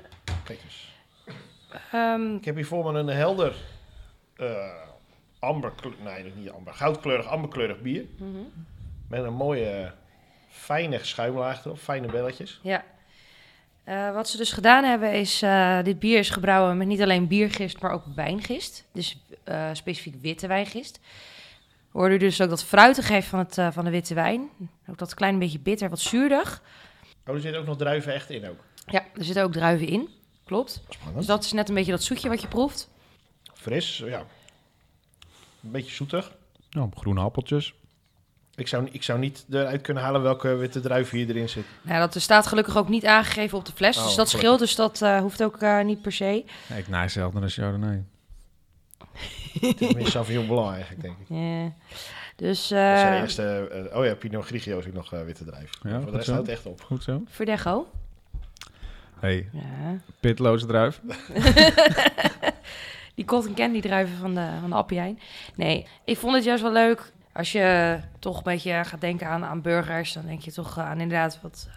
[SPEAKER 2] Kijk eens.
[SPEAKER 3] ehm,
[SPEAKER 2] Ik heb hier voor me een helder eh amberkleur... Nee, dat is niet amber. Goudkleurig, amberkleurig bier.
[SPEAKER 3] mhm.
[SPEAKER 2] Met een mooie, fijne schuimlaag erop. Fijne belletjes.
[SPEAKER 3] Ja. Eh, wat ze dus gedaan hebben is, eh, dit bier is gebrouwen met niet alleen biergist, maar ook wijngist. Dus eh, specifiek witte wijngist. Hoorde u dus ook dat fruitige heeft van, het, eh, van de witte wijn. Ook dat klein beetje bitter, wat zuurdig.
[SPEAKER 2] Oh, er zitten ook nog druiven echt in ook.
[SPEAKER 3] Ja, er zitten ook druiven in. Klopt. Dus
[SPEAKER 2] Spannend.
[SPEAKER 3] dat is net een beetje dat zoetje wat je proeft.
[SPEAKER 2] Fris, ja. Een beetje zoetig.
[SPEAKER 1] Ja, Nou, groene appeltjes.
[SPEAKER 2] Ik zou, ik zou niet eruit kunnen halen welke witte druif hier erin zit.
[SPEAKER 3] Nou, dat staat gelukkig ook niet aangegeven op de fles.
[SPEAKER 2] Oh,
[SPEAKER 3] dus dat
[SPEAKER 2] gelukkig.
[SPEAKER 3] scheelt, dus dat eh, hoeft ook eh, niet per se.
[SPEAKER 1] ik naai zelf naar een Chardonnay.
[SPEAKER 2] Het is meer Sauvignon Blanc eigenlijk, denk ik.
[SPEAKER 3] Eh, Dus
[SPEAKER 2] Dat is de
[SPEAKER 3] eh
[SPEAKER 2] eerste, eh, oh ja, Pinot Grigio is ook nog eh, witte druif.
[SPEAKER 1] Ja,
[SPEAKER 2] Voor
[SPEAKER 1] goed
[SPEAKER 2] de rest
[SPEAKER 1] zo.
[SPEAKER 2] houdt het echt op.
[SPEAKER 1] Goed zo.
[SPEAKER 3] Verdecho.
[SPEAKER 1] Hey,
[SPEAKER 3] Ja.
[SPEAKER 1] pitloze druif.
[SPEAKER 3] Die cotton candy druiven van de, van de Appieijn. Nee, ik vond het juist wel leuk. Als je toch een beetje gaat denken aan, aan burgers, dan denk je toch aan inderdaad wat eh,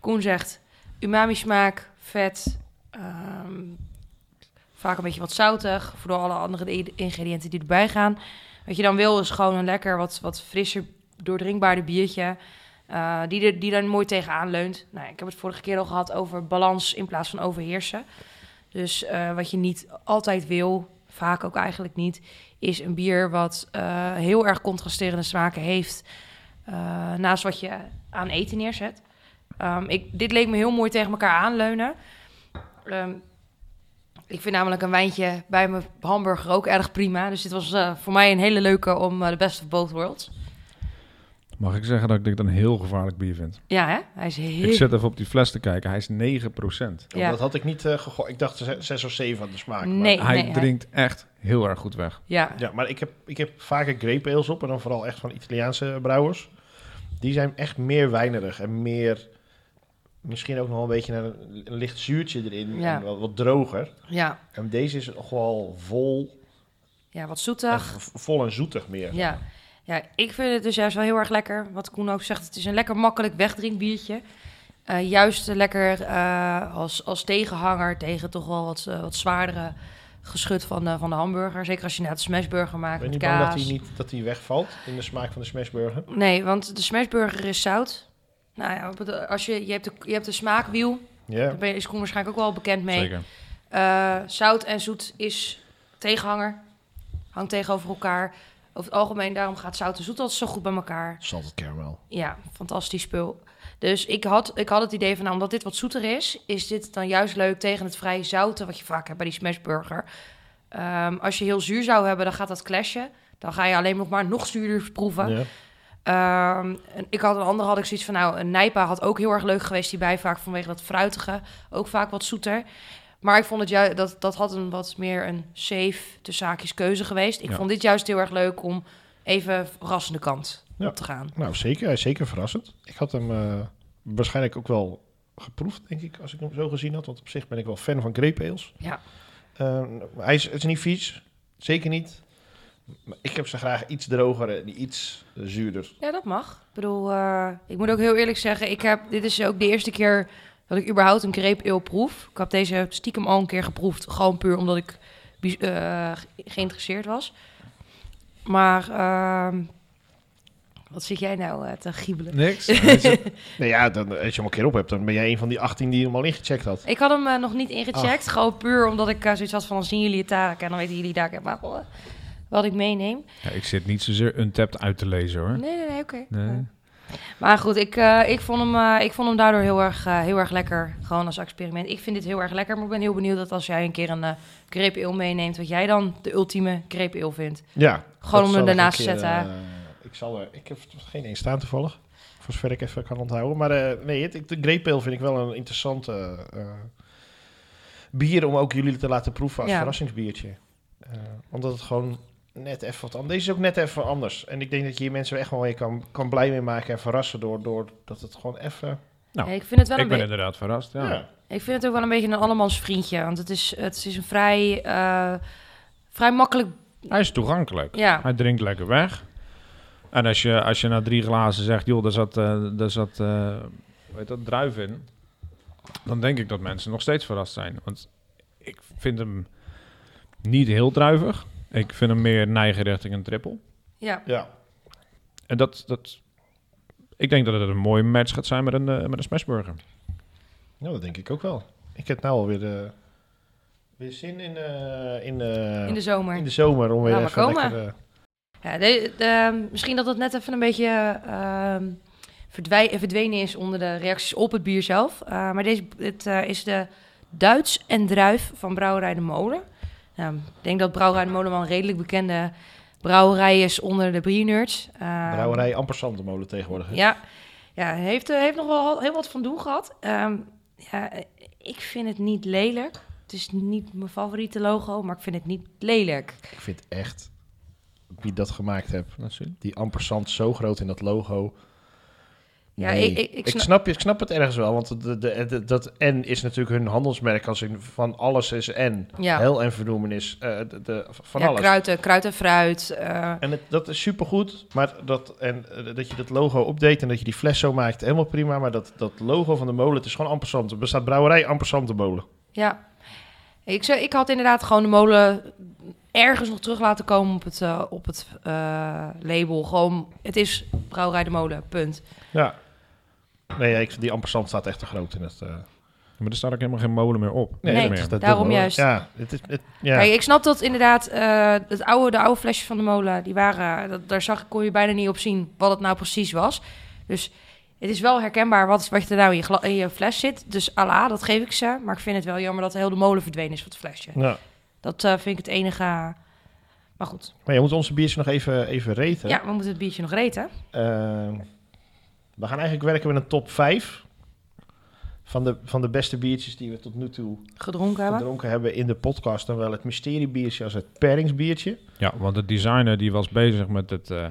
[SPEAKER 3] Koen zegt. Umami smaak, vet, ehm, vaak een beetje wat zoutig, voor alle andere i- ingrediënten die erbij gaan. Wat je dan wil is gewoon een lekker wat, wat frisser, doordrinkbaarder biertje, eh, die, er, die daar mooi tegenaan leunt. Nou, ik heb het vorige keer al gehad over balans in plaats van overheersen. Dus eh, wat je niet altijd wil, vaak ook eigenlijk niet, is een bier wat eh, heel erg contrasterende smaken heeft. eh, naast wat je aan eten neerzet. Ehm, ik, dit leek me heel mooi tegen elkaar aanleunen. Ehm, ik vind namelijk een wijntje bij mijn hamburger ook erg prima. Dus dit was eh, voor mij een hele leuke om eh, de best of both worlds.
[SPEAKER 1] Mag ik zeggen dat ik dit een heel gevaarlijk bier vind?
[SPEAKER 3] Ja, hè? Hij is heel...
[SPEAKER 1] Ik zit even op die fles te kijken. Hij is 9%.
[SPEAKER 2] Want
[SPEAKER 3] Ja.
[SPEAKER 2] Dat had ik niet eh gegooid. Ik dacht 6 of 7 aan de smaak. maar-
[SPEAKER 3] Nee.
[SPEAKER 1] Hij
[SPEAKER 3] hij-
[SPEAKER 1] drinkt echt heel erg goed weg.
[SPEAKER 3] Ja,
[SPEAKER 2] Ja, maar ik heb, ik heb vaker grape ales op. En dan vooral echt van Italiaanse brouwers. Die zijn echt meer wijnerig. En meer... Misschien ook nog wel een beetje naar een, een licht zuurtje erin.
[SPEAKER 3] Ja.
[SPEAKER 2] En wat, wat droger.
[SPEAKER 3] ja,
[SPEAKER 2] En deze is gewoon vol.
[SPEAKER 3] ja, wat zoetig.
[SPEAKER 2] echt v- vol en zoetig meer.
[SPEAKER 3] Ja. ja, ik vind het dus juist wel heel erg lekker. Wat Koen ook zegt, het is een lekker makkelijk wegdrinkbiertje. Eh juist lekker eh, als, als tegenhanger tegen toch wel wat, eh, wat zwaardere geschut van de, van de hamburger. Zeker als je nou de smashburger maakt
[SPEAKER 2] Ben je
[SPEAKER 3] met
[SPEAKER 2] niet
[SPEAKER 3] kaas.
[SPEAKER 2] bang dat hij, niet, dat hij wegvalt in de smaak van de smashburger?
[SPEAKER 3] Nee, want de smashburger is zout. Nou ja, op het- als je, je, hebt de, je hebt de smaakwiel,
[SPEAKER 2] Ja.
[SPEAKER 3] daar ben je, is Koen waarschijnlijk ook wel bekend mee.
[SPEAKER 1] Zeker.
[SPEAKER 3] Eh, zout en zoet is tegenhanger. Hangt tegenover elkaar. Over het algemeen, daarom gaat zout en zoet altijd zo goed bij elkaar.
[SPEAKER 2] Salted caramel.
[SPEAKER 3] Ja, fantastisch spul. Dus ik had, ik had het idee van, nou, omdat dit wat zoeter is, is dit dan juist leuk tegen het vrij zouten wat je vaak hebt bij die smashburger. Ehm, als je heel zuur zou hebben, dan gaat dat clashen. Dan ga je alleen nog maar nog zuurder proeven.
[SPEAKER 2] Ja.
[SPEAKER 3] Ehm, en ik had een andere, had ik zoiets van, nou, een Nijpa had ook heel erg leuk geweest, die bijvaak vanwege dat fruitige, ook vaak wat zoeter. Maar ik vond het juist, dat, dat had een wat meer een safe, te zaakjes keuze geweest. Ik
[SPEAKER 1] Ja.
[SPEAKER 3] vond dit juist heel erg leuk om even verrassende kant
[SPEAKER 2] Ja.
[SPEAKER 3] op te gaan.
[SPEAKER 2] Nou, zeker. Hij is zeker verrassend. Ik had hem eh, waarschijnlijk ook wel geproefd, denk ik, als ik hem zo gezien had. Want op zich ben ik wel fan van grape ales.
[SPEAKER 3] Ja.
[SPEAKER 2] Eh, hij is, het is niet vies. Zeker niet. Maar ik heb ze graag iets droger en iets eh, zuurder.
[SPEAKER 3] Ja, dat mag. Ik bedoel, eh, ik moet ook heel eerlijk zeggen, ik heb, dit is ook de eerste keer dat ik überhaupt een crepe ale proef. Ik had deze stiekem al een keer geproefd, gewoon puur omdat ik bi- eh, ge- geïnteresseerd was. Maar, ehm, wat zit jij nou eh, te giebelen?
[SPEAKER 2] Niks. nou ja, dan, als je hem een keer op hebt, dan ben jij een van die 18 die hem al ingecheckt had.
[SPEAKER 3] Ik had hem eh, nog niet ingecheckt, gewoon puur omdat ik eh, zoiets had van, dan zien jullie het daar en dan weten jullie daar maar wel, eh, wat ik meeneem.
[SPEAKER 1] Ja, ik zit niet zozeer untapped uit te lezen hoor.
[SPEAKER 3] Nee, nee, nee, oké.
[SPEAKER 1] Nee.
[SPEAKER 3] Maar goed, ik, eh, ik, vond hem, eh, ik vond hem daardoor heel erg, eh, heel erg lekker. Gewoon als experiment. Ik vind dit heel erg lekker, maar ik ben heel benieuwd dat als jij een keer een eh grape ale meeneemt, wat jij dan de ultieme grape ale vindt.
[SPEAKER 2] Ja.
[SPEAKER 3] Gewoon om
[SPEAKER 2] dat zal
[SPEAKER 3] hem
[SPEAKER 2] ik
[SPEAKER 3] ernaast
[SPEAKER 2] een
[SPEAKER 3] te
[SPEAKER 2] keer,
[SPEAKER 3] zetten.
[SPEAKER 2] eh, ik, zal er, ik heb er geen één staan toevallig. Voor zover ik even kan onthouden. Maar eh, nee, het, de Grape Ale vind ik wel een interessante eh, bier om ook jullie te laten proeven als
[SPEAKER 3] Ja.
[SPEAKER 2] verrassingsbiertje. Eh, omdat het gewoon net even wat anders Deze is ook net even anders. En ik denk dat je hier mensen echt wel mee kan, kan blij mee maken en verrassen door, door dat het gewoon even...
[SPEAKER 1] Nou,
[SPEAKER 3] Nee, ik, vind het wel
[SPEAKER 1] Ik
[SPEAKER 3] een
[SPEAKER 1] ben
[SPEAKER 3] be-
[SPEAKER 1] inderdaad verrast. Ja.
[SPEAKER 2] Ja.
[SPEAKER 3] ik vind het ook wel een beetje een allemans vriendje. Want het is, het is een vrij, eh, vrij makkelijk...
[SPEAKER 1] Hij is toegankelijk.
[SPEAKER 3] Ja,
[SPEAKER 1] Hij drinkt lekker weg. En als je, als je na drie glazen zegt, joh, daar zat, eh, daar zat eh, hoe heet dat, druif in. Dan denk ik dat mensen nog steeds verrast zijn. Want ik vind hem niet heel druivig. Ik vind hem meer neigen richting een triple.
[SPEAKER 3] ja.
[SPEAKER 2] ja.
[SPEAKER 1] En dat, dat, ik denk dat het een mooie match gaat zijn met een, eh, met een smashburger.
[SPEAKER 2] Nou, dat denk ik ook wel. Ik heb nou alweer eh weer zin in, eh, in, eh,
[SPEAKER 3] in de zomer.
[SPEAKER 2] in de zomer om weer
[SPEAKER 3] Laat maar
[SPEAKER 2] even
[SPEAKER 3] komen.
[SPEAKER 2] lekker... eh,
[SPEAKER 3] Ja, de- de- misschien dat dat net even een beetje ehm, verdwij- verdwenen is onder de reacties op het bier zelf. Eh, maar deze dit, eh, is de Duits en Druif van Brouwerij de Molen. Nou, ik denk dat Brouwerij de Molen wel een redelijk bekende brouwerij is onder de briernerds. Ehm,
[SPEAKER 2] Brouwerij Ampersand de molen tegenwoordig. hè?
[SPEAKER 3] Ja, ja heeft, eh, heeft nog wel heel wat van doen gehad. Ehm, ja, ik vind het niet lelijk. Het is niet mijn favoriete logo, maar ik vind het niet lelijk.
[SPEAKER 2] Ik vind echt, wie dat gemaakt heeft,
[SPEAKER 1] Natuurlijk.
[SPEAKER 2] die Ampersand zo groot in dat logo.
[SPEAKER 3] Ja,
[SPEAKER 2] Nee.
[SPEAKER 3] ik- ik- ik sna-
[SPEAKER 2] snap, ik snap het ergens wel, want de, de, de- dat N is natuurlijk hun handelsmerk als in van alles is N.
[SPEAKER 3] Ja.
[SPEAKER 2] Heel en vernoemenis, eh, de, de- van
[SPEAKER 3] ja,
[SPEAKER 2] alles.
[SPEAKER 3] Kruiden, kruid en fruit. eh,
[SPEAKER 2] En het, dat is supergoed, maar dat, en, eh, dat je dat logo update en dat je die fles zo maakt, helemaal prima. Maar dat, dat logo van de molen, het is gewoon Ampersand. Er bestaat brouwerij Ampersand de molen.
[SPEAKER 3] ja. Ik, zei, ik had inderdaad gewoon de molen ergens nog terug laten komen op het, eh, op het eh, label. Gewoon, het is Brouwerij de Molen, punt.
[SPEAKER 2] Ja. Nee, ik, die Ampersand staat echt te groot in het... eh,
[SPEAKER 1] Maar er staat ook helemaal geen molen meer op.
[SPEAKER 3] Nee,
[SPEAKER 1] Niks
[SPEAKER 2] dat
[SPEAKER 1] meer.
[SPEAKER 2] is- dat
[SPEAKER 3] daarom
[SPEAKER 2] doen we wel.
[SPEAKER 3] juist.
[SPEAKER 2] Ja, het is, het, ja.
[SPEAKER 3] Kijk, ik snap dat inderdaad eh, het oude, de oude flesjes van de molen, die waren, dat, daar zag, kon je bijna niet op zien wat het nou precies was. Dus het is wel herkenbaar wat, wat er nou in je, gla- in je fles zit. Dus ala, dat geef ik ze. Maar ik vind het wel jammer dat heel de molen verdwenen is van het flesje.
[SPEAKER 2] Ja.
[SPEAKER 3] Dat eh, vind ik het enige. Maar goed,
[SPEAKER 2] Maar je moet onze biertje nog even, even reten.
[SPEAKER 3] ja, we moeten het biertje nog reten.
[SPEAKER 2] Ehm, we gaan eigenlijk werken met een top 5 van de, van de beste biertjes die we tot nu toe
[SPEAKER 3] Gedronken hebben.
[SPEAKER 2] gedronken hebben in de podcast. Dan wel het mysteriebiertje als het peringsbiertje.
[SPEAKER 1] Ja, want de designer die was bezig met het, eh,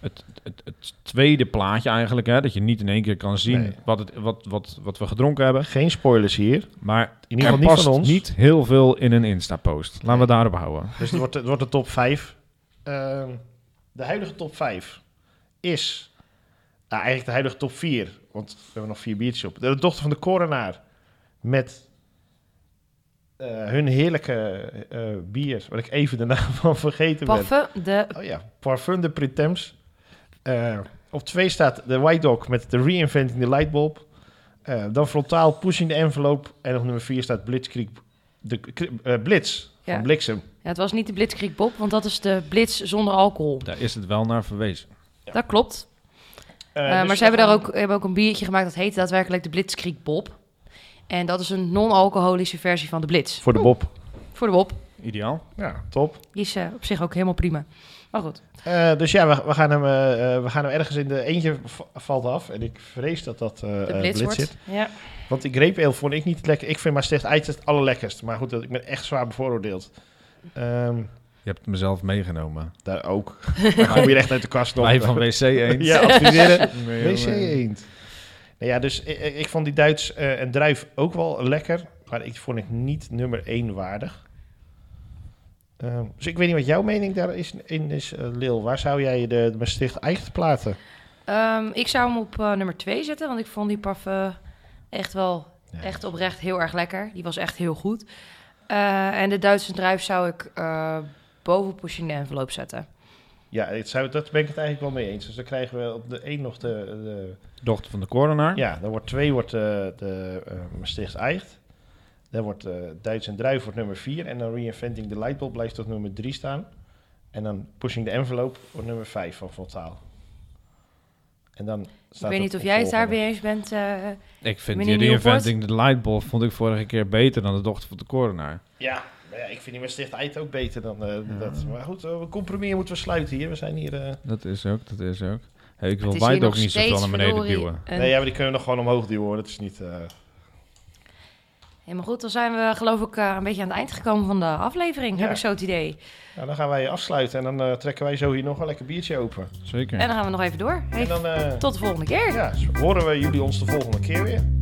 [SPEAKER 1] het, het, het tweede plaatje eigenlijk. Hè, dat je niet in één keer kan zien
[SPEAKER 2] Nee.
[SPEAKER 1] wat, het, wat, wat, wat we gedronken hebben.
[SPEAKER 2] Geen spoilers hier.
[SPEAKER 1] Maar
[SPEAKER 2] In ieder
[SPEAKER 1] er
[SPEAKER 2] geval niet
[SPEAKER 1] past
[SPEAKER 2] van ons.
[SPEAKER 1] niet heel veel in een Insta-post. Laten we daarop houden.
[SPEAKER 2] Dus het wordt, het wordt de top 5. Ehm, de huidige top 5 is. Nou, eigenlijk de huidige top 4. Want we hebben nog vier biertjes op. De dochter van de korenaar. Met eh, hun heerlijke eh, bier. Waar ik even de naam van vergeten ben.
[SPEAKER 3] Paffen de
[SPEAKER 2] Oh ja, Parfum de Pretems. Eh, op twee staat de White Dog met de Reinventing the Lightbulb. Eh, dan frontaal Pushing the Envelope. En op nummer vier staat Blitzkrieg. De, kri- eh, Blitz
[SPEAKER 3] Ja.
[SPEAKER 2] Van bliksem.
[SPEAKER 3] Ja, het was niet de Blitzkrieg Bob, want dat is de blitz zonder alcohol.
[SPEAKER 4] Daar is het wel naar verwezen.
[SPEAKER 3] Dat klopt.
[SPEAKER 2] Eh,
[SPEAKER 3] Eh,
[SPEAKER 2] dus
[SPEAKER 3] maar ze
[SPEAKER 2] we
[SPEAKER 3] hebben daar
[SPEAKER 2] gaan-
[SPEAKER 3] ook, hebben ook een biertje gemaakt dat heette daadwerkelijk de Blitzkrieg Bob. En dat is een non-alcoholische versie van de Blitz.
[SPEAKER 4] Voor de Bob.
[SPEAKER 3] Voor de Bob.
[SPEAKER 4] Ideaal.
[SPEAKER 2] Ja, top.
[SPEAKER 3] Die is eh, op zich ook helemaal prima. Maar goed.
[SPEAKER 2] Eh, dus ja, we, we, gaan hem, eh, eh, we gaan hem ergens in de... Eentje v- valt af en ik vrees dat dat eh eh,
[SPEAKER 3] De
[SPEAKER 2] blitz,
[SPEAKER 3] Blitz wordt.
[SPEAKER 2] zit.
[SPEAKER 3] Ja.
[SPEAKER 2] Want die grape ale vond ik niet lekker. Ik vind Maastricht IJs het allerlekkerst. Maar goed, dat- ik ben echt zwaar bevooroordeeld. Ehm,
[SPEAKER 4] Je hebt mezelf meegenomen.
[SPEAKER 2] daar ook. Ik kom hier echt uit de kast nog.
[SPEAKER 4] Wij van WC 1.
[SPEAKER 2] Ja, adviseren.
[SPEAKER 4] Nee,
[SPEAKER 2] WC
[SPEAKER 4] jongen.
[SPEAKER 2] eend. Nou ja, dus ik, ik- ik vond die Duits eh, en druif ook wel lekker. Maar ik vond het niet nummer 1 waardig. Ehm, dus ik weet niet wat jouw mening daar is, in is, eh, Lil. Waar zou jij de, de Maastricht eigen platen?
[SPEAKER 3] Ehm, ik zou hem op eh, nummer 2 zetten, want ik vond die parfum echt wel,
[SPEAKER 2] Ja.
[SPEAKER 3] echt oprecht heel erg lekker. Die was echt heel goed. Eh, en de Duitse druif zou ik eh, boven Push in the Envelope zetten.
[SPEAKER 2] Ja, het zou, dat ben ik het eigenlijk wel mee eens. Dus dan krijgen we op de 1 nog de... de
[SPEAKER 4] Dochter van de coroner.
[SPEAKER 2] ja, dan wordt 2 wordt, eh, de eh, Maastricht eigen. Dan wordt eh, Duits en druif wordt nummer 4. En dan Reinventing the Lightbulb blijft tot nummer 3 staan. En dan Pushing the Envelope wordt nummer 5 van Voltaal. En dan staat
[SPEAKER 3] ik weet
[SPEAKER 2] het
[SPEAKER 3] niet of jij het daar
[SPEAKER 2] opvolgende.
[SPEAKER 3] weer eens bent. eh,
[SPEAKER 4] Ik vind
[SPEAKER 3] Meneer
[SPEAKER 4] die reinventing the lightbulb vond ik vorige keer beter dan de dochter van de coroner.
[SPEAKER 2] Ja, maar ja, ik vind die Maastricht eind ook beter dan eh, dat. Maar goed, eh, we compromis moeten we sluiten hier. We zijn hier... eh,
[SPEAKER 4] Dat is ook, dat is ook. Hey, ik wil
[SPEAKER 3] het is hier
[SPEAKER 4] White ook
[SPEAKER 3] nog
[SPEAKER 4] niet zoveel
[SPEAKER 3] steeds
[SPEAKER 4] naar beneden
[SPEAKER 3] verdorie
[SPEAKER 4] duwen.
[SPEAKER 3] een-
[SPEAKER 2] Nee, ja, maar die kunnen we nog gewoon omhoog duwen hoor. Dat is niet... eh,
[SPEAKER 3] Helemaal goed, dan zijn we geloof ik eh, een beetje aan het eind gekomen van de aflevering,
[SPEAKER 2] Ja.
[SPEAKER 3] heb ik zo het idee.
[SPEAKER 2] Nou, dan gaan wij afsluiten en dan eh, trekken wij zo hier nog een lekker biertje open.
[SPEAKER 4] Zeker.
[SPEAKER 3] En dan gaan we nog even door.
[SPEAKER 2] En
[SPEAKER 3] Even
[SPEAKER 2] dan... eh,
[SPEAKER 3] Tot de volgende keer.
[SPEAKER 2] ja, horen we jullie ons de volgende keer weer.